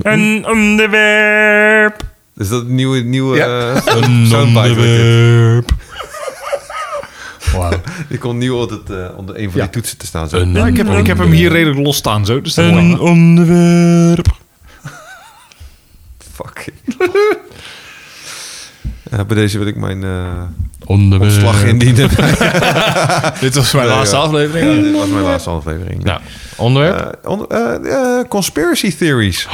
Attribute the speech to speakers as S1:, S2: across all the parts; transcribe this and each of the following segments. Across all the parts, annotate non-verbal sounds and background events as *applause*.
S1: Een onderwerp.
S2: Is dat *laughs* een nieuwe, nieuwe
S3: Ja.
S2: eh, sound- soundbite? wat je-
S3: Wauw.
S2: Die kon nieuw altijd eh, onder een van
S3: Ja.
S2: die toetsen te staan. Zo.
S1: Een
S3: Ja, ik, heb, ik heb hem hier redelijk los staan zo. Dus dat is
S1: Een
S3: wel-
S1: onderwerp.
S2: Fuck. *laughs* Ja, bij deze wil ik mijn eh,
S1: Onderwerp.
S2: ontslag *laughs* indienen.
S3: Dit was *laughs* mijn
S2: Nee,
S3: laatste
S2: ja.
S3: aflevering.
S2: Ja, dit was mijn laatste aflevering.
S1: Nou, onderwerp.
S2: Eh, on- eh, eh, conspiracy theories.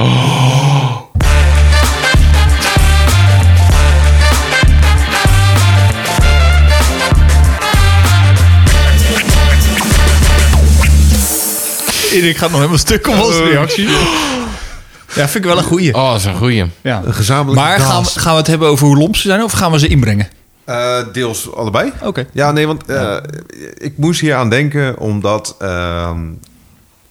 S3: *laughs* Erik gaat nog helemaal stuk om onze reactie. Eh, *gasps* Ja, vind ik wel een goeie.
S1: Oh, dat is een goeie.
S3: Ja.
S2: Een gezamenlijke
S3: Maar gaan we,
S2: gasp.
S3: gaan we het hebben over hoe lomp ze zijn of gaan we ze inbrengen?
S2: Eh, deels allebei.
S3: Oké.
S2: Ja, nee, want eh, ik moest hier aan denken omdat... ehm,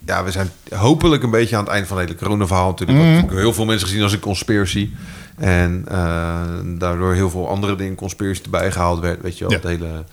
S2: ja, we zijn hopelijk een beetje aan het eind van het hele coronaverhaal natuurlijk.
S3: Mhm.
S2: Want Ik heb heel veel mensen gezien als een conspiracy. En eh, daardoor heel veel andere dingen conspiracy erbij gehaald werd. Weet je wel,
S3: Ja.
S2: het hele...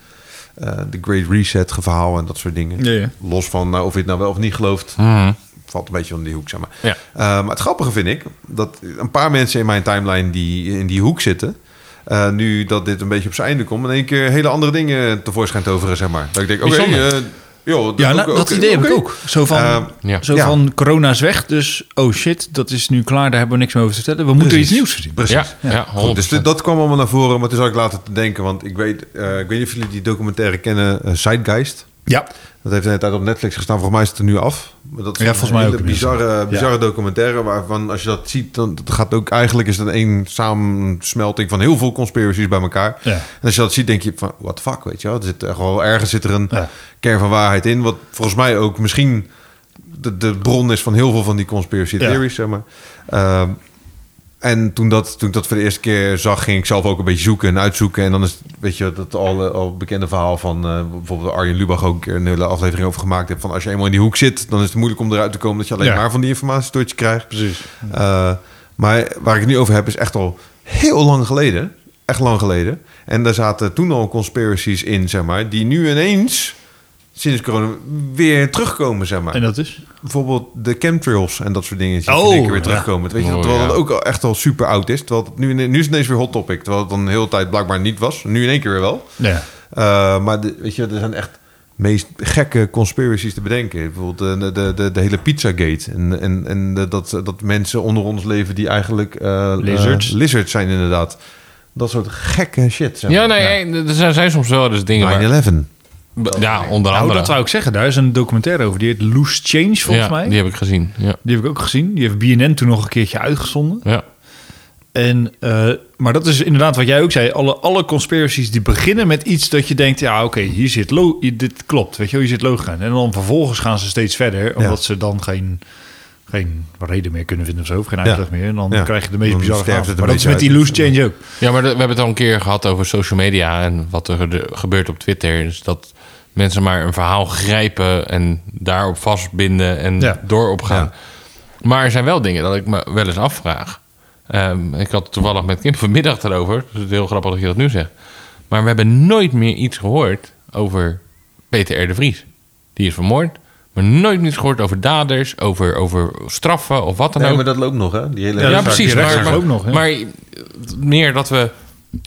S2: eh, De Great Reset geverhaal en dat soort dingen.
S3: Ja, ja.
S2: Los van nou, of je het nou wel of niet gelooft.
S1: Mhm.
S2: Valt een beetje onder die hoek, zeg maar.
S1: Ja.
S2: Eh, maar het grappige vind ik dat een paar mensen in mijn timeline die in die hoek zitten. eh, nu dat dit een beetje op zijn einde komt, in één keer hele andere dingen tevoorschijn toveren, zeg maar. Dat ik denk, oké,
S1: Bijzonder.
S2: eh, joh,
S3: Ja, nou,
S2: oké,
S3: dat idee
S2: oké.
S3: heb ik ook. Zo van,
S2: Ehm,
S1: ja.
S3: zo
S2: Ja.
S3: van corona is weg, dus oh shit, dat is nu klaar, daar hebben we niks meer over te vertellen. We moeten iets nieuws verzinnen.
S2: Precies.
S1: Ja, ja,
S2: Goed, dus
S1: 100%.
S2: dat kwam allemaal naar voren, maar toen zat ik later te denken, want ik weet, eh, ik weet niet of jullie die documentaire kennen, eh, Zeitgeist.
S3: Ja.
S2: Dat heeft een tijd op Netflix gestaan. Volgens mij is het er nu af. Maar dat is
S3: Ja,
S2: een
S3: volgens mij
S2: hele
S3: ook inmiddels.
S2: bizarre, bizarre documentaire. Waarvan als je dat ziet, dan dat gaat ook eigenlijk is het een samensmelting van heel veel conspiracies bij elkaar.
S3: Ja.
S2: En als je dat ziet, denk je van what the fuck, weet je wel? Er zit er gewoon ergens zit er een
S3: Ja.
S2: kern van waarheid in. Wat volgens mij ook misschien de, de bron is van heel veel van die conspiracy
S3: Ja.
S2: theories, zeg maar. Ehm, en toen, dat, toen ik dat voor de eerste keer zag, ging ik zelf ook een beetje zoeken en uitzoeken. En dan is, weet je, dat al, eh, al bekende verhaal van eh, bijvoorbeeld Arjen Lubach ook een keer een hele aflevering over gemaakt heeft. Van als je eenmaal in die hoek zit, dan is het moeilijk om eruit te komen dat je alleen
S3: Ja.
S2: maar van die informatie tot je krijgt.
S3: Precies.
S2: Eh, maar waar ik het nu over heb, is echt al heel lang geleden. Echt lang geleden. En daar zaten toen al conspiracies in, zeg maar, die nu ineens, sinds corona, weer terugkomen, zeg maar
S3: En dat is?
S2: bijvoorbeeld de chemtrails en dat soort dingen die
S3: Oh,
S2: in één keer weer
S3: ja.
S2: terugkomen. Weet je,
S1: Oh,
S2: terwijl
S1: ja.
S2: dat ook al echt al super oud is. Terwijl het nu, nu is het ineens weer hot topic. Terwijl het dan de hele tijd blijkbaar niet was. Nu in één keer weer wel.
S3: Ja.
S2: Eh, maar de- weet je, er zijn echt meest gekke conspiracies te bedenken. Bijvoorbeeld eh, de, de, de, de hele Pizzagate. En, en, en de- dat, dat mensen onder ons leven die eigenlijk eh,
S3: Lizards.
S2: eh, lizards zijn inderdaad. Dat soort gekke shit. Zeg
S1: Ja,
S2: maar.
S1: nee, eh, er zijn, zijn soms wel dus dingen waar...
S2: 9-11.
S1: Ja, onder
S3: Nou,
S1: andere.
S3: dat wou ik zeggen. Daar is een documentaire over. Die heet Loose Change, volgens
S1: ja,
S3: mij.
S1: die heb ik gezien. Ja.
S3: Die heb ik ook gezien. Die heeft BNN toen nog een keertje uitgezonden.
S1: Ja.
S3: En, eh, maar dat is inderdaad wat jij ook zei. Alle, alle conspiracies die beginnen met iets dat je denkt... ja, oké, hier zit lo- hier- dit klopt. Weet je, wel, hier zit logica in. En dan vervolgens gaan ze steeds verder... omdat ze dan geen, geen reden meer kunnen vinden of zo. Of geen uitleg meer. En dan
S2: Ja.
S3: krijg je de meest
S2: Dan
S3: bizarre
S2: sterft
S3: verhalen.
S2: het een
S3: Maar dat is met die
S2: beetje dus
S3: loose change ook.
S1: ja, maar de- we hebben het al een keer gehad over social media en wat er de- gebeurt op Twitter. Dus dat mensen maar een verhaal grijpen en daarop vastbinden en
S3: Ja.
S1: doorop gaan. Maar er zijn wel dingen dat ik me wel eens afvraag. Ehm, ik had het toevallig met Kim vanmiddag erover. Dus het is heel grappig dat je dat nu zegt. Maar we hebben nooit meer iets gehoord over Peter R. de Vries. Die is vermoord. Maar nooit meer iets gehoord over daders, over, over straffen of wat dan
S2: Nee,
S1: ook.
S2: maar dat loopt nog, hè? Die hele
S3: Ja,
S1: Ja,
S3: dat is
S1: precies.
S3: waar. Die
S1: Maar,
S3: rechtszaak
S1: maar,
S3: ook nog, hè?
S1: maar meer dat we...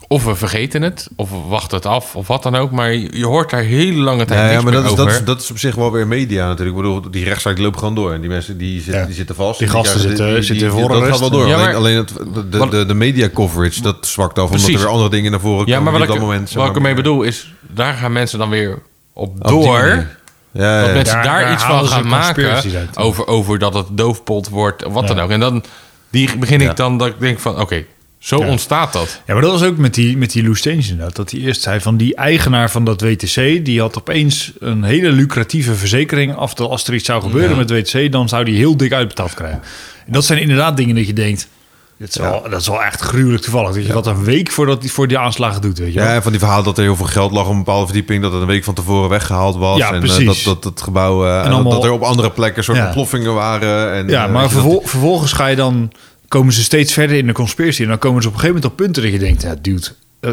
S1: Of we vergeten het, of we wachten het af, of wat dan ook. Maar je je hoort daar heel lange tijd
S2: Ja,
S1: niks
S2: ja, maar
S1: meer
S2: dat is,
S1: over.
S2: dat, is, dat is op zich wel weer media natuurlijk. Ik bedoel, die rechtszaak loopt gewoon door. En die mensen die, zitten
S3: Ja.
S2: die zitten vast.
S3: Die gasten
S2: krijgen-
S3: zitten- zitten voor
S2: Dat
S3: arrest.
S2: gaat wel door.
S1: Ja, maar-
S2: alleen alleen het, de, de,
S1: Wat-
S2: de, de media coverage, dat zwakt af. Omdat
S1: Precies.
S2: er weer andere dingen naar voren komen.
S1: ja, maar wat
S2: die
S1: ik,
S2: op dat moment, zeg
S1: wat ik
S2: maar,
S1: ermee bedoel is... daar gaan mensen dan weer op
S2: Op die
S1: door...
S2: manier. Ja,
S1: dat
S2: ja,
S1: mensen
S3: Daar-
S1: daar,
S3: daar
S1: iets
S3: halen
S1: van
S3: ze
S1: gaan
S3: conspiracies
S1: maken.
S3: uit.
S1: Over, over dat het doofpot wordt, of wat dan ook. En dan die begin
S2: Ja.
S1: ik dan dat ik denk van... Oké, zo ontstaat dat.
S3: Ja, maar dat was ook met die, met die Loose Change inderdaad. Dat hij eerst zei van die eigenaar van dat WTC... die had opeens een hele lucratieve verzekering... af dat als er iets zou gebeuren met WTC... dan zou die heel dik uitbetaald krijgen. En dat zijn inderdaad dingen dat je denkt... Dat is, wel, dat is wel echt gruwelijk toevallig. Dat je dat een week voordat die, voor die aanslagen doet, weet je
S2: ja.
S3: wel.
S2: Ja, en van die verhaal dat er heel veel geld lag op een bepaalde verdieping. Dat het een week van tevoren weggehaald was.
S3: Ja,
S2: en eh,
S3: precies.
S2: dat, dat het gebouw... eh, dat-
S3: allemaal-
S2: dat er op andere plekken soort
S3: Ja.
S2: ontploffingen waren. En,
S3: Ja,
S2: eh,
S3: maar
S2: weet je, dat-
S3: vervol- vervolgens ga je dan... komen ze steeds verder in de conspiratie... en dan komen ze op een gegeven moment op punten dat je denkt... ja, dude, eh,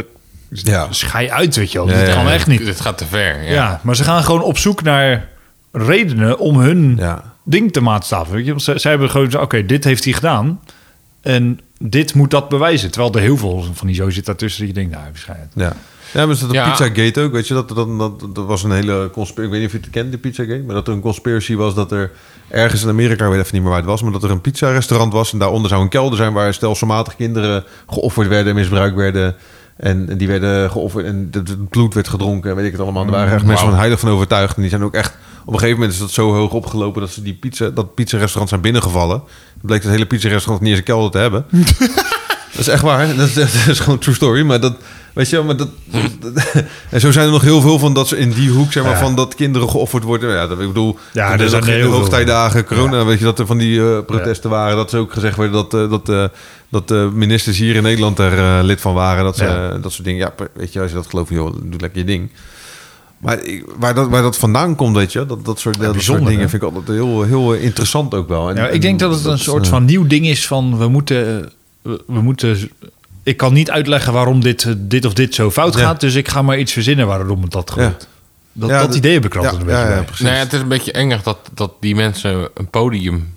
S2: Ja.
S3: schei uit, weet je wel.
S2: Ja,
S3: Dit
S2: ja,
S3: kan
S2: ja.
S3: echt niet.
S1: Het gaat te ver. Ja.
S3: Ja, maar ze gaan gewoon op zoek naar redenen om hun...
S2: Ja.
S3: ding te maatstaven. Weet je? Want ze- zij hebben gewoon gezegd, oké, dit heeft hij gedaan. En dit moet dat bewijzen. Terwijl er heel veel van die zo zit daartussen. Dat je denkt, nou, waarschijnlijk.
S2: Ja. Ja, maar is dat de
S1: Ja.
S2: Pizza Gate ook? Weet je, dat, dat, dat, dat was een hele conspiratie. Ik weet niet of je het kent, de Pizza Gate. Maar dat er een conspiracy was dat er ergens in Amerika, ik weet even niet meer waar het was, maar dat er een pizza restaurant was. En daaronder zou een kelder zijn waar stelselmatig kinderen geofferd werden en misbruikt werden. En, en die werden geofferd en dat het bloed werd gedronken en weet ik het allemaal. En daar waren echt mensen van heilig van overtuigd. En die zijn ook echt... Op een gegeven moment is dat zo hoog opgelopen dat ze die pizza, dat pizzarestaurant zijn binnengevallen. Het bleek dat hele pizzarestaurant niet eens een kelder te hebben. Dat is echt waar. Dat is, *laughs* dat is gewoon true story. Maar dat, weet je, wel, maar dat,
S3: Hm.
S2: dat- *laughs* En zo zijn er nog heel veel van dat ze in die hoek, zeg maar,
S3: Ja.
S2: van dat kinderen geofferd worden. Ja, dat, ik bedoel,
S3: Ja,
S2: dat
S3: er
S2: is
S3: zijn
S2: ook in
S3: heel
S2: de
S3: veel.
S2: hoogtijdagen, corona, weet je, dat er van die eh, protesten waren. Dat ze ook gezegd werden dat, eh, dat, eh, dat de ministers hier in Nederland er eh, lid van waren. Dat, ze, eh,
S3: Ja.
S2: dat soort dingen. Ja, weet je, als je dat gelooft, joh, doe lekker je ding. Maar ik- waar dat, waar dat vandaan komt, weet je, dat, dat, soort, dat soort
S3: bijzonder,
S2: dingen
S3: hè?
S2: vind ik altijd heel, heel eh, interessant ook wel. En-
S3: Nou,
S2: en
S3: ik denk dat het een soort
S2: eh,
S3: van nieuw ding is van we moeten, eh, we, we moeten. Ik kan niet uitleggen waarom dit, eh, dit of dit zo fout
S2: Ja.
S3: gaat, dus ik ga maar iets verzinnen waarom het dat
S2: Ja.
S3: gebeurt. Dat,
S2: Ja,
S3: dat
S2: dat-
S3: idee heb ik er altijd
S2: Ja,
S3: een beetje
S2: ja, ja,
S3: bij.
S2: precies.
S1: Nou ja, het is een beetje engig dat, dat die mensen een podium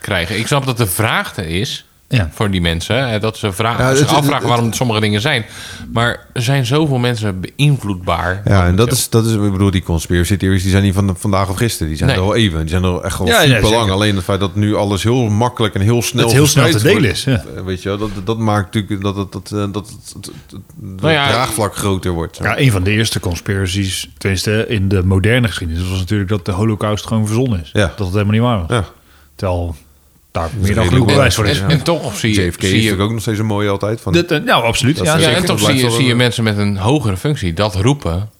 S1: krijgen. Ik snap dat de vraag er is
S3: Ja.
S1: voor die mensen. hè, Dat ze, vragen,
S2: Ja,
S1: dat ze
S2: het- het-
S1: afvragen
S2: het-
S1: waarom sommige dingen zijn. Maar er zijn zoveel mensen beïnvloedbaar.
S2: Ja, en dat is, dat is, ik bedoel, die conspiracy theories, die zijn niet van de- vandaag of gisteren. Die zijn
S1: Nee.
S2: er al even. Die zijn er echt al
S3: Ja, ja,
S2: super lang.
S3: zeker.
S2: Alleen het feit dat nu alles heel makkelijk en heel snel
S3: Het heel snel
S2: verspreid
S3: te delen
S2: wordt, eh, Weet je, wel, dat, dat maakt natuurlijk dat het, dat, eh, dat het, het- het- het
S1: ja,
S2: draagvlak groter wordt.
S3: Ja, een van de eerste conspiracies, tenminste in de moderne geschiedenis, was natuurlijk dat de holocaust gewoon verzonnen is.
S2: Ja.
S3: Dat het helemaal niet waar was.
S2: Ja.
S3: Terwijl daar meer dan
S2: redelijk
S3: genoeg
S2: wel.
S3: bewijs voor
S1: en,
S3: is.
S1: en, en toch zie je,
S2: JFK
S1: zie
S2: is
S1: je,
S2: natuurlijk ook nog steeds een mooie altijd. Van,
S3: Dit, eh, nou, absoluut.
S2: Dat
S3: ja,
S2: is
S1: ja,
S3: zeker.
S1: en
S2: dat
S1: toch zie
S2: blijft
S1: je,
S2: wel
S1: zie je
S2: een-
S1: mensen met een hogere functie dat roepen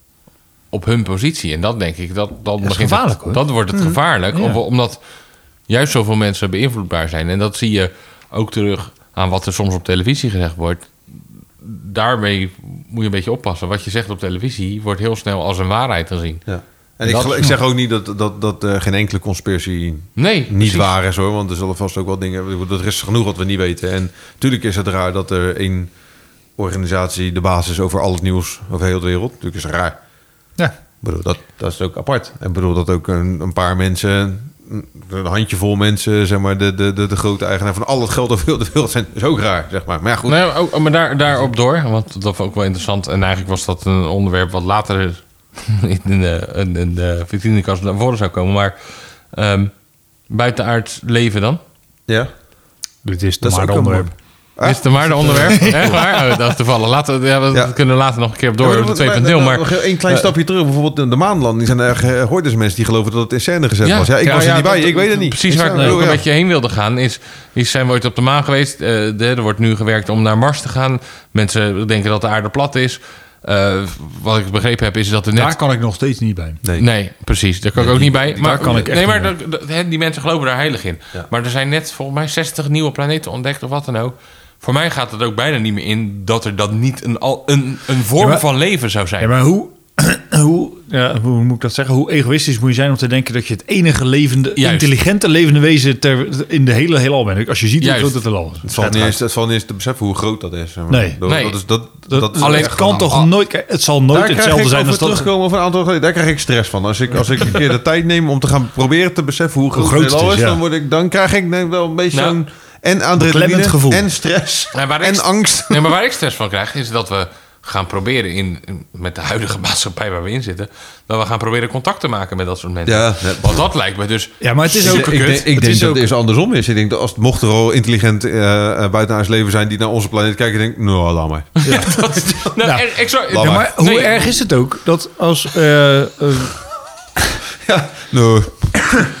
S1: op hun positie. En dat denk ik, dat, dat,
S3: is
S1: begint
S3: gevaarlijk,
S1: het,
S3: hoor.
S1: dat wordt het gevaarlijk.
S3: Ja.
S1: Om- Omdat juist zoveel mensen beïnvloedbaar zijn. En dat zie je ook terug aan wat er soms op televisie gezegd wordt. Daarmee moet je een beetje oppassen. Wat je zegt op televisie wordt heel snel als een waarheid gezien.
S2: ja. En ik,
S1: Dat-
S2: gel- ik zeg ook niet dat, dat, dat eh, geen enkele conspiracy
S1: Nee,
S2: niet
S1: precies.
S2: waar is hoor. Want er zullen vast ook wel dingen. ik bedoel, Er is genoeg wat we niet weten. En natuurlijk is het raar dat er één organisatie de basis over al het nieuws over heel de wereld. Natuurlijk is het raar.
S3: Ja.
S2: Ik bedoel, dat, dat is ook apart. Ik bedoel dat ook een, een paar mensen, een handjevol mensen, zeg maar, de, de, de, de grote eigenaar van al het geld over heel de wereld zijn, is ook raar, zeg maar. Maar ja, goed.
S1: Nee, maar ook, maar daar, daarop door, want dat was ook wel interessant. En eigenlijk was dat een onderwerp wat later *laughs* in de, in de, in de vitrinekast naar voren zou komen. Maar ehm buitenaards leven dan?
S2: Ja,
S3: Dit is
S2: dat
S3: maar
S2: is
S3: een
S2: ook een
S3: onderwerp.
S2: mooi.
S1: Is het een waarde onderwerp?
S2: *laughs*
S1: Echt waar? Oh, dat is toevallig. Laten, we- ja, we
S2: Ja.
S1: dat kunnen we later nog een keer op door,
S2: Ja,
S1: op de
S2: maar-
S1: 2.0.
S2: maar-
S1: Maar Eh.
S2: nog een klein stapje terug, bijvoorbeeld de, de maanlanding. Zijn er eh, hoorders mensen die geloven dat het in scène gezet was? Ja, ik was er niet bij,
S1: dat-
S2: ik weet het niet.
S1: Precies
S2: Ik
S1: waar ik
S2: zou-
S1: ook
S2: bedoel,
S1: een
S2: ja.
S1: beetje heen wilde gaan is, is zijn we ooit op de maan geweest. Eh, de, er wordt nu gewerkt om naar Mars te gaan. Mensen denken dat de aarde plat is. Eh, wat ik begrepen heb is dat er net...
S3: Daar kan ik nog steeds niet bij.
S2: Nee.
S1: Nee, precies. Daar kan ik ook niet bij. Maar,
S3: kan ik echt
S1: nee, maar dat-
S3: niet
S1: dat- hè, die mensen geloven daar heilig in.
S2: Ja.
S1: Maar er zijn net volgens mij 60 nieuwe planeten ontdekt of wat dan ook. Voor mij gaat het ook bijna niet meer in dat er dat niet een, al- een, een vorm
S3: Ja, maar-
S1: van leven zou zijn.
S3: Ja, maar hoe, *clears throat* hoe, ja, hoe moet ik dat zeggen? Hoe egoïstisch moet je zijn om te denken dat je het enige levende,
S1: Juist.
S3: intelligente levende wezen ter, in de hele heelal bent? Als je ziet hoe
S1: Juist.
S3: groot het heelal is.
S2: Het valt, niet eens, het valt niet eens te beseffen hoe groot dat is. zeg maar.
S3: Nee.
S2: Dat,
S1: Nee.
S2: Dat is, dat,
S3: Dat,
S2: dat is
S3: alleen
S2: echt
S3: kan
S2: een-
S3: toch
S2: Ah,
S3: nooit, kijk, het zal nooit
S2: Daar krijg
S3: hetzelfde
S2: ik
S3: zijn
S2: over
S3: als dat.
S2: terugkomen van een aantal geleden. Daar krijg ik stress van. Als ik, als ik een keer de tijd neem om te gaan proberen te beseffen hoe groot,
S3: groot
S2: het heelal
S3: het
S2: is,
S3: is, ja.
S2: dan, word ik, dan krijg ik denk ik wel een beetje
S1: Nou,
S2: zo'n... En adrenaline,
S3: beklemmend gevoel.
S2: en stress,
S1: Nou, waar ik-
S2: en angst.
S1: Nee, maar waar ik stress van krijg is dat we gaan proberen in, in- met de huidige *laughs* maatschappij waar we in zitten, dat we gaan proberen contact te maken met dat soort mensen.
S2: Ja, net-
S1: Want dat lijkt me dus.
S3: Ja, maar het is
S2: Ik,
S3: ook
S2: ik, denk- ik
S3: Het
S2: denk
S3: is
S2: dat
S3: ook-
S2: het eerst andersom is. Ik denk dat als, mocht er al intelligent eh eh, buitenaards leven zijn die naar onze planeet kijken, denk ik, nou, laat maar. *laughs*
S1: Dat is, nou,
S3: Nou,
S1: er- ik zou-
S2: laat
S3: Ja,
S1: Nee,
S3: maar hoe erg is het ook dat als. eh, eh,
S2: Nee. nou,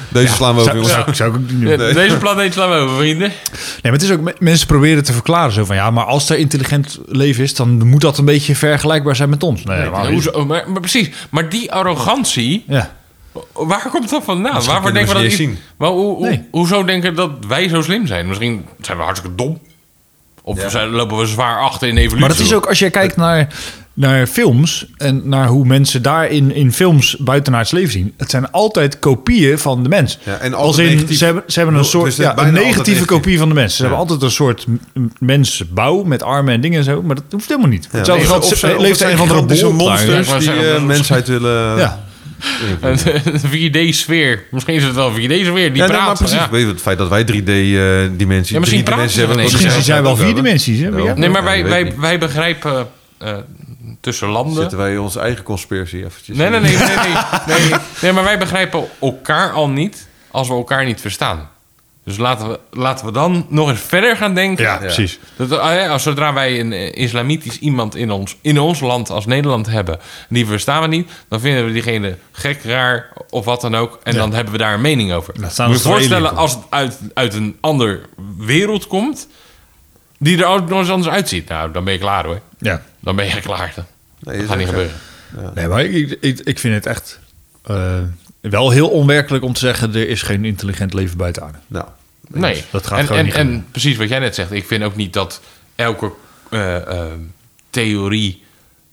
S2: Deze slaan we over,
S3: zou,
S2: jongens.
S3: zou, zou ik ook niet doen.
S1: de- eh, Deze planeet slaan we over, vrienden.
S3: Nee, maar het is ook me- mensen proberen te verklaren zo van ja, maar als er intelligent leven is, dan moet dat een beetje vergelijkbaar zijn met ons. Nee, maar,
S1: Hoezo? Maar, maar precies. Maar die arrogantie,
S3: ja.
S1: waar komt dat vandaan?
S2: Misschien
S1: Waarvoor
S2: kunnen
S1: denken we
S2: we
S1: dat
S2: ze niet
S1: niet? Maar hoe, hoe-
S3: Nee.
S1: Hoezo denken dat wij zo slim zijn? Misschien zijn we hartstikke dom. Of zijn- lopen we zwaar achter in evolutie.
S3: Maar dat
S1: *laughs*
S3: is ook als je kijkt naar, naar films en naar hoe mensen daarin in films buitenaards leven zien. Het zijn altijd kopieën van de mens.
S2: Ja, en
S3: Als
S2: altijd
S3: in,
S2: negatief.
S3: ze hebben, ze hebben een
S2: Dus het
S3: soort
S2: is
S3: ja,
S2: bijna
S3: een
S2: altijd
S3: negatieve
S2: negatief.
S3: kopie van de mens. Ze hebben altijd een soort m- mensbouw met armen en dingen en zo, maar dat hoeft helemaal niet. Hetzelfde
S2: Of
S3: geldt,
S2: ze-
S3: ze-
S2: of
S3: leeft
S2: zijn
S3: er een van de
S2: gigantische
S1: Ja,
S3: monsters.
S1: ik
S2: monsters
S1: wou
S2: die
S1: zeggen,
S2: eh,
S1: dat-
S2: mensheid willen...
S3: Ja.
S1: Een 4D-sfeer. Misschien is het wel een 4D-sfeer. Die
S2: Ja, nee, maar
S1: praat.
S2: precies.
S1: ja.
S2: Weet je, Het feit dat wij eh, 3D-dimensies
S1: Ja, misschien praten ze
S2: hebben.
S1: ineens. Misschien
S2: dat
S3: Ze
S2: zij dat
S3: zijn wel
S2: ook
S3: vier
S2: hebben.
S3: dimensies. Hè?
S2: Ja.
S1: Nee, maar wij,
S2: Ja, weet
S1: wij,
S2: ik.
S1: wij begrijpen eh, tussen landen.
S2: Zitten wij onze eigen conspiracy eventjes
S1: Nee, nee,
S2: in?
S1: nee, nee,
S3: *laughs*
S1: nee, nee, nee. Nee, maar wij begrijpen elkaar al niet als we elkaar niet verstaan. Dus laten we, laten we dan nog eens verder gaan denken.
S3: Ja, precies.
S1: Dat, ah ja, als zodra wij een eh, islamitisch iemand in ons, in ons land als Nederland hebben, die verstaan we niet, dan vinden we diegene gek, raar of wat dan ook. En dan hebben we daar een mening over.
S3: Dat staan
S1: Moet
S3: als
S1: je
S3: de
S1: voorstellen
S3: alien
S1: als het uit, uit een ander wereld komt, die er ook nog eens anders uitziet. Nou, dan ben je klaar hoor.
S3: Ja.
S1: Dan ben je klaar.
S2: Nee,
S1: dat
S2: is
S1: gaat niet
S2: ook zo.
S1: gebeuren.
S3: Nee, maar ik, ik, ik vind het echt eh, wel heel onwerkelijk om te zeggen... er is geen intelligent leven buiten aarde.
S2: Nou,
S1: Nee,
S3: dat gaat
S1: en,
S3: gewoon
S1: en,
S3: niet
S1: En
S3: gebeuren.
S1: precies wat jij net zegt. Ik vind ook niet dat elke eh, eh, theorie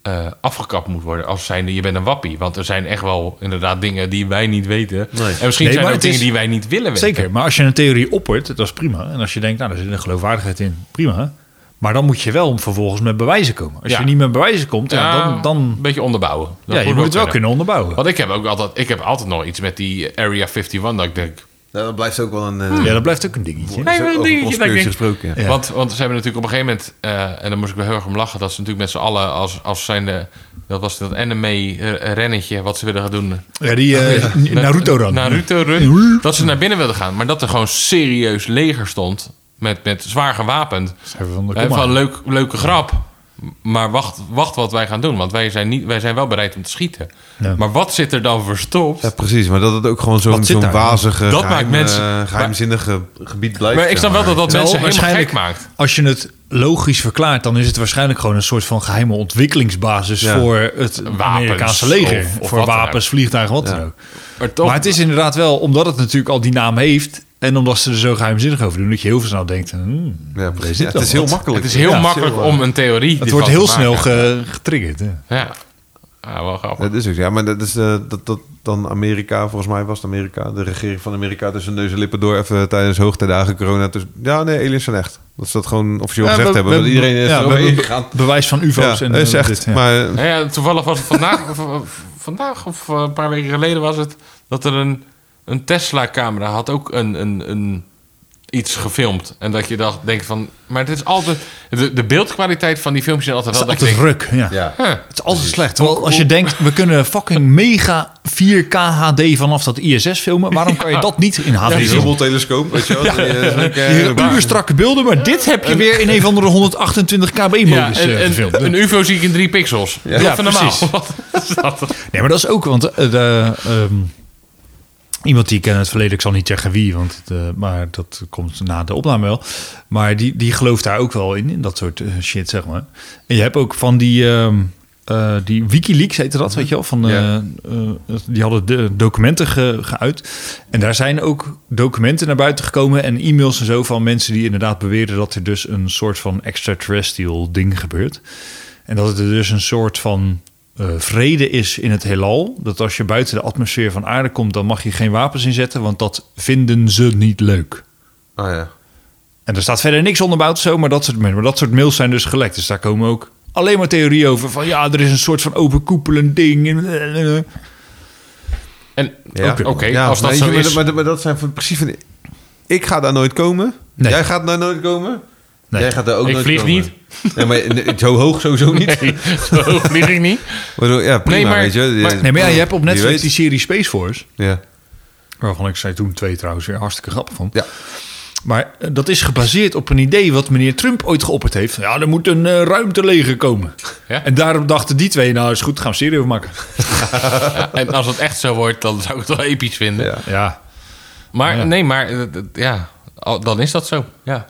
S1: eh, afgekapt moet worden. Als zijnde je bent een wappie. Want er zijn echt wel inderdaad dingen die wij niet weten. En misschien
S3: Nee,
S1: zijn
S3: maar
S1: er ook
S3: het
S1: dingen
S3: is-
S1: die wij niet willen weten.
S3: Zeker, maar als je een theorie oppert, dat is prima. En als je denkt, nou, daar zit een geloofwaardigheid in, prima. Maar dan moet je wel vervolgens met bewijzen komen. Als
S1: Ja.
S3: je niet met bewijzen komt, ja,
S1: Ja,
S3: dan... dan
S1: Een beetje onderbouwen. Dat
S3: ja, je moet het wel kunnen onderbouwen.
S1: Want ik heb ook altijd, ik heb altijd nog iets met die Area 51 dat ik denk...
S2: nou, dat blijft ook wel een... eh,
S3: Ja, dat blijft ook een dingetje.
S1: Hm. Nee, maar een
S2: over
S1: dingetje dat ik
S2: conspiracy
S1: denk-
S2: gesproken. ja.
S3: Ja.
S1: Want, want ze hebben natuurlijk op een gegeven moment, eh, en daar moest ik wel heel erg om lachen, dat ze natuurlijk met z'n allen als, als zijnde, dat was dat anime-rennetje wat ze willen gaan doen.
S3: Ja, die eh, Naruto dan.
S1: Naruto Run. Dat ze naar binnen wilden gaan. Maar dat er gewoon serieus leger stond. Met, met zwaar gewapend.
S3: Even van de
S1: Hè,
S3: kom
S1: Van
S3: aan.
S1: leuk, leuke grap. Maar wacht, wacht wat wij gaan doen. Want wij zijn, niet, wij zijn wel bereid om te schieten.
S3: Ja.
S1: Maar wat zit er dan verstopt?
S2: Ja, precies. Maar dat het ook gewoon zo'n
S3: Wat zit
S2: zo'n
S3: daar?
S2: wazige,
S1: Dat
S2: geheim,
S1: maakt mensen-
S2: eh, geheimzinnige gebied blijft.
S1: maar ik snap
S2: zeg
S1: wel dat dat
S3: Terwijl
S1: mensen helemaal
S3: waarschijnlijk-
S1: gek maakt.
S3: Als je het logisch verklaart, dan is het waarschijnlijk gewoon een soort van geheime ontwikkelingsbasis
S2: Ja.
S3: voor het Amerikaanse
S1: of-
S3: leger.
S1: of wat
S3: voor
S1: dan
S3: wapens, vliegtuigen, wat dan ook.
S1: Maar toch,
S3: Maar het is inderdaad wel, omdat het natuurlijk al die naam heeft. En omdat ze er zo geheimzinnig over doen, dat je heel veel snel denkt. hmm,
S2: Ja,
S3: er
S2: precies.
S3: zit
S2: Ja,
S3: wel
S2: het is heel
S3: wat.
S2: makkelijk.
S1: het is heel
S2: Ja,
S1: makkelijk
S2: heel, eh,
S1: om een theorie
S3: Het
S1: ervan
S3: wordt
S1: te
S3: heel
S1: maken.
S3: snel ge- getriggerd. Hè?
S1: Ja. Ah, wel grappig.
S2: Dat is ook, ja, maar dat is eh, dat, dat dan Amerika, volgens mij was het Amerika, de regering van Amerika tussen neus en lippen door even tijdens hoogtijdagen corona. Dus ja, nee, aliens zijn echt. Dat ze dat gewoon officieel
S3: Ja,
S2: gezegd
S3: we-
S2: hebben.
S3: we-
S2: want iedereen is
S3: ja, we
S2: eroverheen
S3: hebben
S2: gegaan.
S3: be- bewijs van UFO's
S2: Ja,
S3: en
S2: dat is
S3: en
S2: echt.
S3: dit, ja.
S2: Maar eh,
S1: Nou ja, toevallig was het vandaag, *laughs* v- v- vandaag of eh, een paar weken geleden was het dat er een, een Tesla-camera had ook een, een, een, iets gefilmd. En dat je dacht, denkt van, maar het is altijd, de, de beeldkwaliteit van die filmpjes zijn altijd wel
S3: het
S1: dat
S3: is altijd
S1: ik denk,
S3: ruk. Ja.
S2: ja.
S1: huh,
S3: Het is altijd slecht. Terwijl als je denkt, we kunnen fucking mega 4K HD vanaf dat ISS filmen. Waarom kan je dat niet in HD
S2: Die
S3: filmen?
S2: Hubble-telescoop, weet je wel. Die, eh, zo'n,
S3: Je
S2: eh,
S3: hebt uurstrakke beelden, maar dit heb je weer in een van de 128
S1: ja,
S3: kb-modus eh,
S1: een,
S3: gefilmd.
S1: een, een UFO zie ik in drie pixels. Ja,
S3: Ja,
S1: Even normaal.
S3: precies.
S1: *laughs* Wat is dat?
S3: Nee, maar dat is ook, want eh, de, ehm, iemand die ik in het verleden, ik zal niet zeggen wie, want de, maar dat komt na de opname wel. Maar die, die gelooft daar ook wel in, in dat soort eh, shit, zeg maar. En je hebt ook van die, ehm, eh, die Wikileaks heette dat, weet je wel? Van, eh,
S2: Ja.
S3: eh, die hadden de documenten ge- geuit. En daar zijn ook documenten naar buiten gekomen en e-mails en zo van mensen die inderdaad beweerden dat er dus een soort van extraterrestrial ding gebeurt. En dat het er dus een soort van eh, vrede is in het heelal. Dat als je buiten de atmosfeer van aarde komt, dan mag je geen wapens inzetten, want dat vinden ze niet leuk.
S2: ah, ja.
S3: En er staat verder niks onderbouwd zo, maar dat soort, maar dat soort mails zijn dus gelekt. Dus daar komen ook alleen maar theorieën over van ja, er is een soort van overkoepelend ding. en- eh,
S1: En
S2: Ja.
S1: oké, oké,
S2: Ja,
S1: als dat
S2: nee,
S1: zo
S2: maar,
S1: is.
S2: Maar, maar dat zijn van, precies van... Ik ga daar nooit komen.
S3: Nee.
S2: Jij gaat daar nooit komen.
S3: Nee.
S2: Jij gaat daar ook
S1: Ik
S2: nooit
S1: vlieg
S2: komen.
S1: niet.
S2: Ja, maar nee, zo hoog sowieso
S1: *laughs*
S2: niet.
S1: Nee, zo vlieg ik niet.
S2: Waardoor- Ja, prima,
S1: Nee, maar-
S2: weet je.
S1: maar-
S2: Ja,
S3: Nee, maar ja, je hebt op
S2: wie
S3: Netflix
S2: weet.
S3: die serie Space Force,
S2: Ja.
S3: waarvan ik zei toen twee trouwens weer hartstikke grappig vond.
S2: Ja.
S3: Maar eh, dat is gebaseerd op een idee wat meneer Trump ooit geopperd heeft. Ja, er moet een eh, ruimteleger komen.
S1: Ja.
S3: En daarom dachten die twee, nou is goed, gaan we een serie over maken.
S1: Ja, en als het echt zo wordt, dan zou ik het wel episch vinden.
S2: Ja.
S3: Ja,
S1: Maar
S3: Ja.
S1: nee, maar eh, dat- ja, al- dan is dat zo. Ja.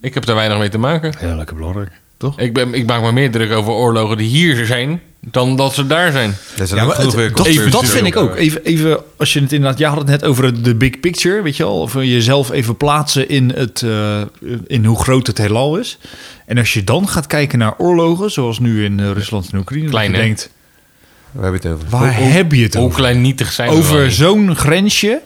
S1: Ik heb er weinig mee te maken.
S3: heel lekker belangrijk. Toch?
S1: Ik, ben, ik maak me meer druk over oorlogen die hier zijn dan dat ze daar zijn.
S2: Dat zijn
S3: Ja,
S2: ook
S3: maar
S2: genoeg
S3: het-
S2: weer
S3: dat,
S2: conspiracy
S3: dat vind ik
S2: theorieën.
S3: ook. Even, even, als je het inderdaad, jij had het net over de big picture, weet je wel. Of jezelf even plaatsen in, het, eh, in hoe groot het heelal is. En als je dan gaat kijken naar oorlogen, zoals nu in eh, Rusland en Oekraïne.
S1: Klein,
S3: dat
S1: hè?
S3: je denkt,
S2: We hebben het over.
S3: waar heb je het
S1: Hoe
S3: over?
S1: kleinietig zijn we wel
S3: Over
S1: niet.
S3: zo'n grensje,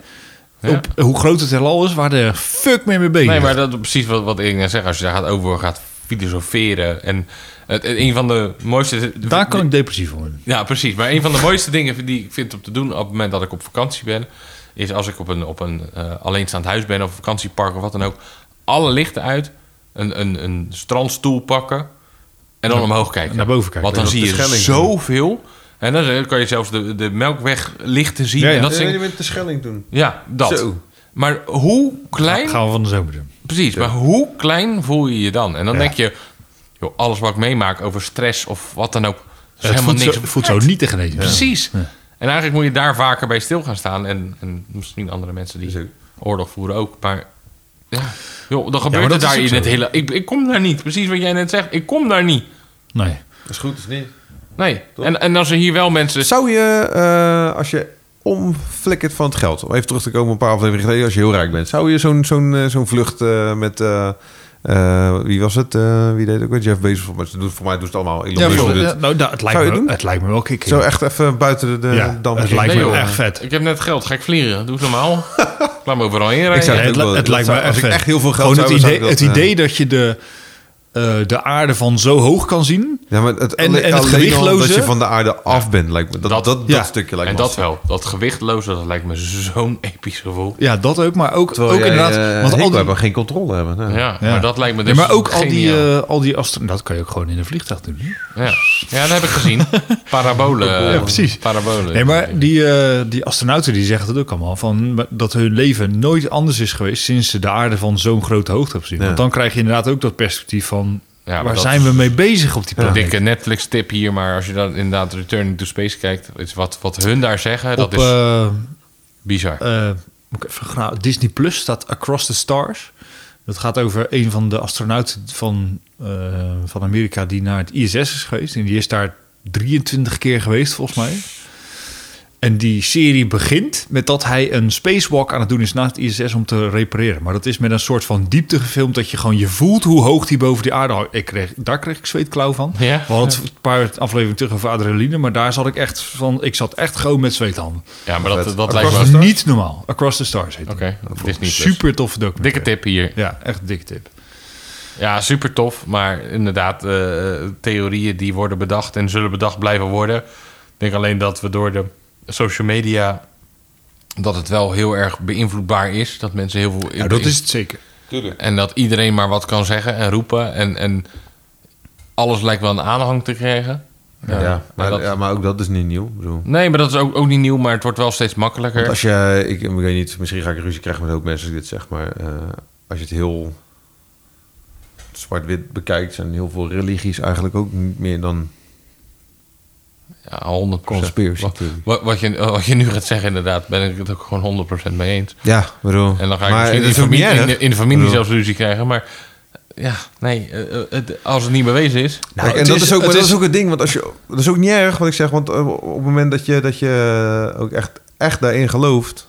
S1: Ja.
S3: op hoe groot het heelal is, waar de fuck mee mee bezig
S1: Nee, maar dat is precies wat, wat ik net zeg. Als je daar gaat over gaat filosoferen. En het, het- een van de mooiste...
S3: Daar kan ik depressief van worden.
S1: Ja, precies. Maar een van de mooiste dingen die ik vind om te doen op het moment dat ik op vakantie ben, is als ik op een, op een eh, alleenstaand huis ben of vakantiepark of wat dan ook, alle lichten uit, een, een, een strandstoel pakken en dan omhoog kijken.
S3: naar boven kijken.
S1: Want dan
S2: Dat
S1: zie
S2: is
S1: je
S2: de Schelling.
S1: zoveel. En dan z- kan je zelfs de, de melkweglichten zien.
S3: Ja, ja.
S1: En dat
S2: Dat
S1: soort-
S2: je met de Schelling doen.
S1: ja, dat.
S2: Zo.
S1: Maar hoe klein
S3: Gaan we van de zomer doen.
S1: Precies, maar hoe klein voel je je dan? En dan
S3: Ja.
S1: denk je, joh, alles wat ik meemaak over stress of wat dan ook, dat is
S3: het
S1: helemaal
S3: voelt
S1: niks.
S3: zo, voelt zo niet te genezen.
S1: Precies. En eigenlijk moet je daar vaker bij stil gaan staan. En, en misschien andere mensen die
S3: Dus
S2: Zo.
S1: oorlog voeren ook. Maar ja, joh, dan gebeurt
S3: maar
S1: het
S3: dat is
S1: daar
S3: ook
S1: in
S3: zo.
S1: het hele... Ik, ik kom daar niet. Precies wat jij net zegt. Ik kom daar niet.
S3: Nee.
S2: Dat is goed, is niet.
S1: Nee. En, en als er hier wel mensen...
S2: Zou je, eh, als je omflikkert van het geld, om even terug te komen op een paar afleveringen geleden, als je heel rijk bent, zou je zo'n zo'n eh, zo'n vlucht eh, met, eh, eh, wie was het? Eh, wie deed het ook weer? Jeff Bezos, maar ze doet, voor mij doet het allemaal Elon Musk
S3: Ja, bijvoorbeeld.
S2: doet
S3: Ja,
S2: het.
S3: nou, dat- het,
S2: Zou
S3: lijkt
S2: je
S3: me,
S2: doen?
S3: het lijkt me wel kicken.
S2: Zo echt even buiten de, de
S3: Ja,
S2: dam.
S3: het lijkt
S1: Nee,
S3: me
S1: joh.
S3: echt vet.
S1: Ik heb net geld. Ga ik vliegen? Doe het
S3: *laughs*
S1: normaal. Ik Laat me overal heen
S2: Ik
S1: rijden.
S2: zou
S3: Nee,
S2: het ook
S3: het, li-
S2: wel-
S3: het
S2: dat
S3: lijkt
S2: zou-
S3: me
S2: als
S3: echt
S2: ik
S3: vet.
S2: echt heel veel geld
S3: Gewoon
S2: zou
S3: het
S2: hebben,
S3: idee,
S2: zou ik
S3: het
S2: dat, eh,
S3: idee dat je de, eh, de aarde van zo hoog kan zien.
S2: Ja, maar het,
S3: En-
S2: alleen,
S3: en het
S2: alleen al
S3: gewichtloze?
S2: dat je van de aarde af bent, lijkt me. Dat, dat, dat,
S3: ja.
S2: stukje lijkt
S1: En
S2: me
S1: dat
S2: lastig.
S1: wel. Dat gewichtloze, dat lijkt me zo'n episch gevoel.
S3: Ja, dat ook. Maar ook,
S2: Terwijl
S3: ook
S2: jij,
S3: inderdaad.
S2: eh,
S3: want al
S2: hekel
S3: die,
S2: hebben, geen controle nou. hebben. Ja.
S1: Ja,
S3: ja.
S1: maar dat lijkt me
S3: Ja,
S1: dus
S3: maar ook al die,
S1: geniaal.
S3: eh, al die astro- Dat kan je ook gewoon in een vliegtuig doen. hè?
S1: ja. ja, dat heb ik
S3: *laughs*
S1: gezien. Parabolen.
S3: Ja, precies.
S1: Parabolen.
S3: Nee, maar die, eh, die astronauten die zeggen het ook allemaal. Van, dat hun leven nooit anders is geweest sinds ze de aarde van zo'n grote hoogte hebben gezien.
S2: Ja.
S3: Want dan krijg je inderdaad ook dat perspectief van...
S1: Ja, maar
S3: waar
S1: dat
S3: zijn we mee bezig op die
S1: Een
S3: planeet?
S1: dikke Netflix-tip hier, maar als je dan inderdaad Returning to Space kijkt, is wat, wat hun daar zeggen, dat
S3: op
S1: is
S3: eh,
S1: bizar.
S3: eh, moet ik even gra- Disney Plus staat Across the Stars. Dat gaat over een van de astronauten van, eh, van Amerika die naar het ISS is geweest. En die is daar 23 keer geweest, volgens mij. En die serie begint met dat hij een spacewalk aan het doen is naast het ISS om te repareren. Maar dat is met een soort van diepte gefilmd dat je gewoon je voelt hoe hoog die boven die aarde hangt. Ik kreeg, daar kreeg ik zweetklauw van.
S1: Ja?
S3: We hadden het een paar afleveringen terug over adrenaline, maar daar zat ik echt van. Ik zat echt gewoon met zweethanden.
S1: ja, maar dat,
S2: vet.
S1: dat lijkt
S2: Across
S1: me...
S2: the
S1: Oké,
S2: Stars?
S3: Niet normaal. Across the Stars heet het.
S1: dat is niet super.
S3: Super tof documentaire.
S1: Dikke tip hier.
S3: Ja, echt een dikke tip.
S1: Ja, super tof, maar inderdaad, eh, theorieën die worden bedacht en zullen bedacht blijven worden. Ik denk alleen dat we door de social media, dat het wel heel erg beïnvloedbaar is. Dat mensen heel veel...
S3: Ja, dat is het zeker.
S1: En dat iedereen maar wat kan zeggen en roepen. En, en alles lijkt wel een aanhang te krijgen.
S2: Ja, maar,
S1: dat-
S2: ja, maar ook dat is niet nieuw. Ik bedoel,
S1: Nee, maar dat is ook, ook niet nieuw, maar het wordt wel steeds makkelijker.
S2: Want als je, ik, ik weet niet, misschien ga ik ruzie krijgen met een hoop mensen als ik dit zeg, maar eh, als je het heel zwart-wit bekijkt, zijn heel veel religies eigenlijk ook niet meer dan.
S1: Ja, 100%.
S2: Conspiracy
S1: Wat,
S2: theory.
S1: wat, wat je, wat je nu gaat zeggen, inderdaad, ben ik het ook gewoon 100% mee eens.
S2: Ja, bedoel.
S1: En dan ga ik
S2: maar
S1: misschien in
S2: dat
S1: de,
S2: is ook niet
S1: familie, in,
S2: erg.
S1: de, in de familie
S2: Bedoel,
S1: zelfs ruzie krijgen. Maar ja, nee, eh, eh, het- als het niet bewezen is.
S2: Kijk, en
S3: Nou, het
S2: dat
S3: is-
S2: is, ook, maar
S3: het
S2: dat
S3: is-
S2: is ook het ding, want als je, dat is ook niet erg wat ik zeg, want eh, op het moment dat je, dat je ook echt, echt daarin gelooft,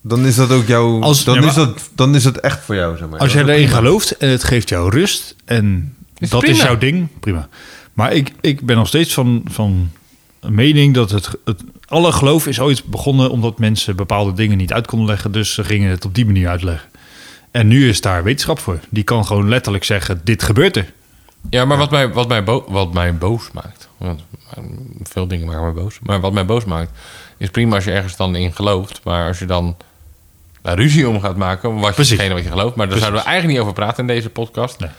S2: dan is dat ook jouw,
S3: Als-
S2: dan,
S3: ja, maar-
S2: is dat, dan is dat echt voor jou, zeg maar. Dat
S3: Als jij
S2: is
S3: erin
S2: prima.
S3: gelooft en het geeft jou rust en
S1: Is
S3: dat is
S1: prima.
S3: jouw ding, prima. Maar ik, ik ben nog steeds van, van mening dat het, het... Alle geloof is ooit begonnen omdat mensen bepaalde dingen niet uit konden leggen. Dus ze gingen het op die manier uitleggen. En nu is daar wetenschap voor. Die kan gewoon letterlijk zeggen, dit gebeurt er.
S1: Ja, maar Wat, mij, wat, mij bo- wat mij boos maakt. Want eh, veel dingen maken mij boos. Maar wat mij boos maakt. Is prima als je ergens dan in gelooft. Maar als je dan daar ruzie om gaat maken. Wat je,
S3: Precies.
S1: hetgene wat je gelooft. Maar daar zouden we eigenlijk niet over praten in deze podcast.
S3: Nee.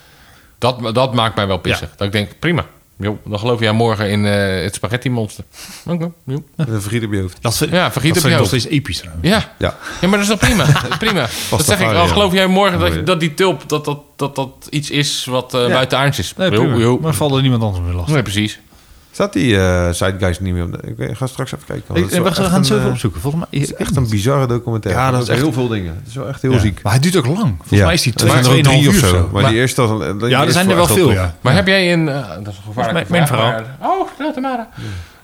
S1: Dat, dat maakt mij wel pissig. Dat ik denk, prima. joh, dan geloof jij morgen in eh, het spaghetti monster. Oké, joh.
S2: Dan vergiet op je hoofd.
S3: Dat vind,
S1: Ja, vergiet nou. op
S3: dat vind ik
S1: jou.
S3: nog steeds episch trouwens.
S1: Ja.
S2: Ja.
S1: Ja, maar dat is toch prima?
S3: *laughs*
S1: prima. Dat zeg ik.
S2: ervaring,
S1: Al
S2: ja.
S1: geloof jij morgen dat,
S2: Mooi.
S1: dat die tulp dat dat, dat, dat iets is wat eh buitenaards is?
S3: Nee,
S1: Joh,
S3: prima.
S1: joh.
S3: Maar valt er niemand anders meer last.
S1: Nee, precies.
S2: Staat die eh Zeitgeist niet meer op? de- Ik weet- ga straks even kijken. want
S3: Ik,
S2: het is
S3: we
S2: wel
S3: gaan
S2: echt
S3: het
S2: een,
S3: zo even
S2: eh,
S3: opzoeken. Volgens mij
S2: Het is echt een bizarre documentaire.
S3: Ja, dat
S2: Het is
S3: is echt-
S2: heel veel dingen. Het is wel echt heel
S3: Ja.
S2: ziek.
S3: Maar hij duurt ook lang. Volgens
S2: Ja.
S3: mij is die
S2: Er zijn er
S3: 2,5
S2: wel drie
S3: uur of zo.
S2: Maar die eerste... was al- die
S3: ja, er
S2: eerste
S3: zijn er
S2: was
S3: wel
S2: echt
S3: veel.
S2: top,
S3: Ja.
S1: Maar heb jij een... eh, dat is een gevaarlijke
S3: Dat is mijn-
S1: vraag,
S3: mijn
S1: maar- oh, nou, Tamara.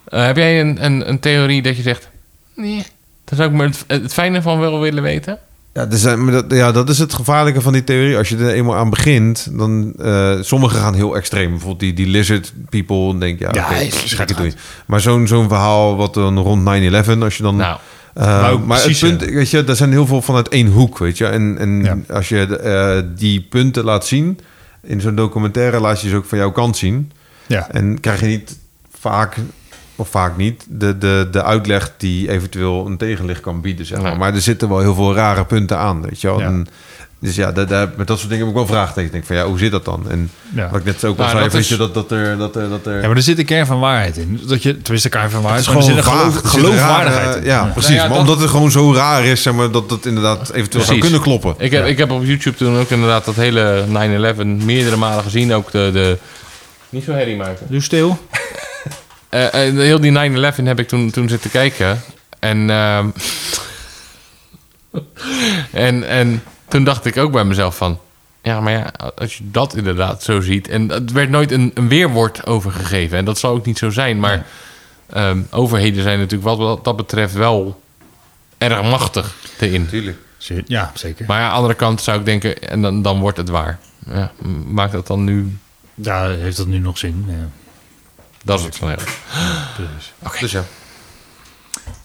S1: Eh, heb jij een, een, een theorie dat je zegt... Nee, daar zou ik me het, het fijne van wel willen weten?
S2: Ja, er zijn, maar dat, ja, dat is het gevaarlijke van die theorie. Als je er eenmaal aan begint, dan... eh sommigen gaan heel extreem. Bijvoorbeeld die, die lizard people. En denk je, ja,
S3: Ja,
S2: oké,
S3: hij is
S2: gekke
S3: schitterend.
S2: doei. Maar zo'n zo'n verhaal wat dan rond 9-11, als je dan...
S1: Nou,
S2: Eh,
S3: Nou,
S2: maar
S3: precies,
S2: het punt, weet je, daar zijn heel veel vanuit één hoek, weet je. En, en
S3: Ja.
S2: als je eh, die punten laat zien, in zo'n documentaire laat je ze ook van jouw kant zien.
S3: Ja.
S2: En krijg je niet vaak, of vaak niet, de, de, de uitleg die eventueel een tegenlicht kan bieden. Zeg maar.
S1: Nee.
S2: maar er zitten wel heel veel rare punten aan, weet je wel.
S3: Ja.
S2: En, dus ja, daar, daar- met dat soort dingen heb ik wel vraagtekens. Ik denk van, ja, hoe zit dat dan? En
S3: Ja.
S2: wat ik net ook al
S1: Nou,
S2: zei,
S1: dat
S2: weet
S1: is-
S2: je, dat, dat er... Dat er, dat er
S3: Ja, maar er zit een kern van waarheid in. Dat je, tenminste, een kern van waarheid.
S2: Het
S3: maar er zit een geloof-
S2: vaag, er zit een
S3: geloofwaardigheid
S2: rare-
S3: in.
S2: ja, precies.
S1: Nou ja,
S2: maar
S1: dat-
S2: omdat het gewoon zo raar is, zeg maar, dat dat inderdaad eventueel zou
S1: Precies.
S2: kunnen kloppen.
S1: Ik heb, ik heb op YouTube toen ook inderdaad dat hele 9-11 meerdere malen gezien. Ook de... de niet zo herrie maken.
S3: Doe stil.
S1: Eh, eh, heel die 9-11 heb ik toen, toen zitten kijken. En, ehm, *laughs* en, en toen dacht ik ook bij mezelf van... Ja, maar ja, als je dat inderdaad zo ziet... En het werd nooit een, een weerwoord overgegeven. En dat zal ook niet zo zijn. Maar ehm, overheden zijn natuurlijk wat, wat dat betreft wel erg machtig erin.
S2: Natuurlijk.
S3: Zit- Ja, zeker.
S1: Maar ja, aan de andere kant zou ik denken... En dan, dan wordt het waar. Ja, m- maakt dat dan nu...
S3: Daar heeft dat nu nog zin. Ja,
S1: Dat is het van heel.
S3: precies.
S2: Dus ja.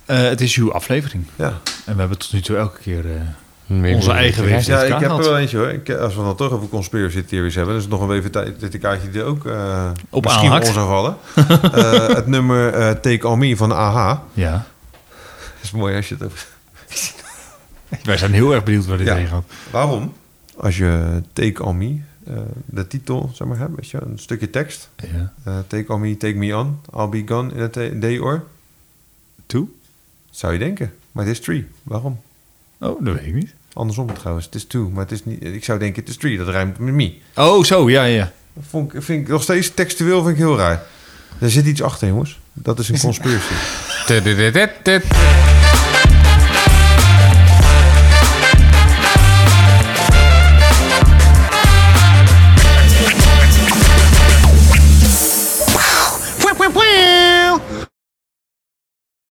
S3: Eh, het is uw aflevering.
S2: ja.
S3: En we hebben tot nu toe elke keer... eh,
S1: Meer-
S3: Onze eigen
S1: Ja,
S3: weefsel.
S2: Ja,
S3: het
S2: ik heb er
S3: kaart.
S2: wel eentje hoor. Ik, eh, als we dan toch over conspiracy theories hebben, dan is het nog wel even tijd dat de kaartje er ook eh
S3: Op
S2: misschien wel ons
S3: aanhakt.
S2: zou
S3: *laughs*
S2: vallen. Eh, het nummer eh, Take On Me van AH.
S3: ja.
S2: Dat is mooi als je het over...
S3: Wij zijn heel erg benieuwd waar dit
S2: Ja.
S3: heen gaat.
S2: Waarom? Als je Take On Me, eh, de titel, zeg maar, hebt, weet je, een stukje tekst.
S3: Ja.
S2: Eh, take On Me, Take Me On, I'll Be Gone in a ta- Day Or.
S3: Toe?
S2: Zou je denken. Maar het is three. Waarom?
S3: Oh, dat weet ik niet.
S2: Andersom trouwens. Het is two, maar het is niet... Ik zou denken, het is three. Dat rijmt met me.
S3: Oh, zo. Ja, ja.
S2: Dat Vond ik, vind ik nog steeds textueel vind ik heel raar. Er zit iets achter, jongens. Dat is een conspiracy.
S1: Tududududu.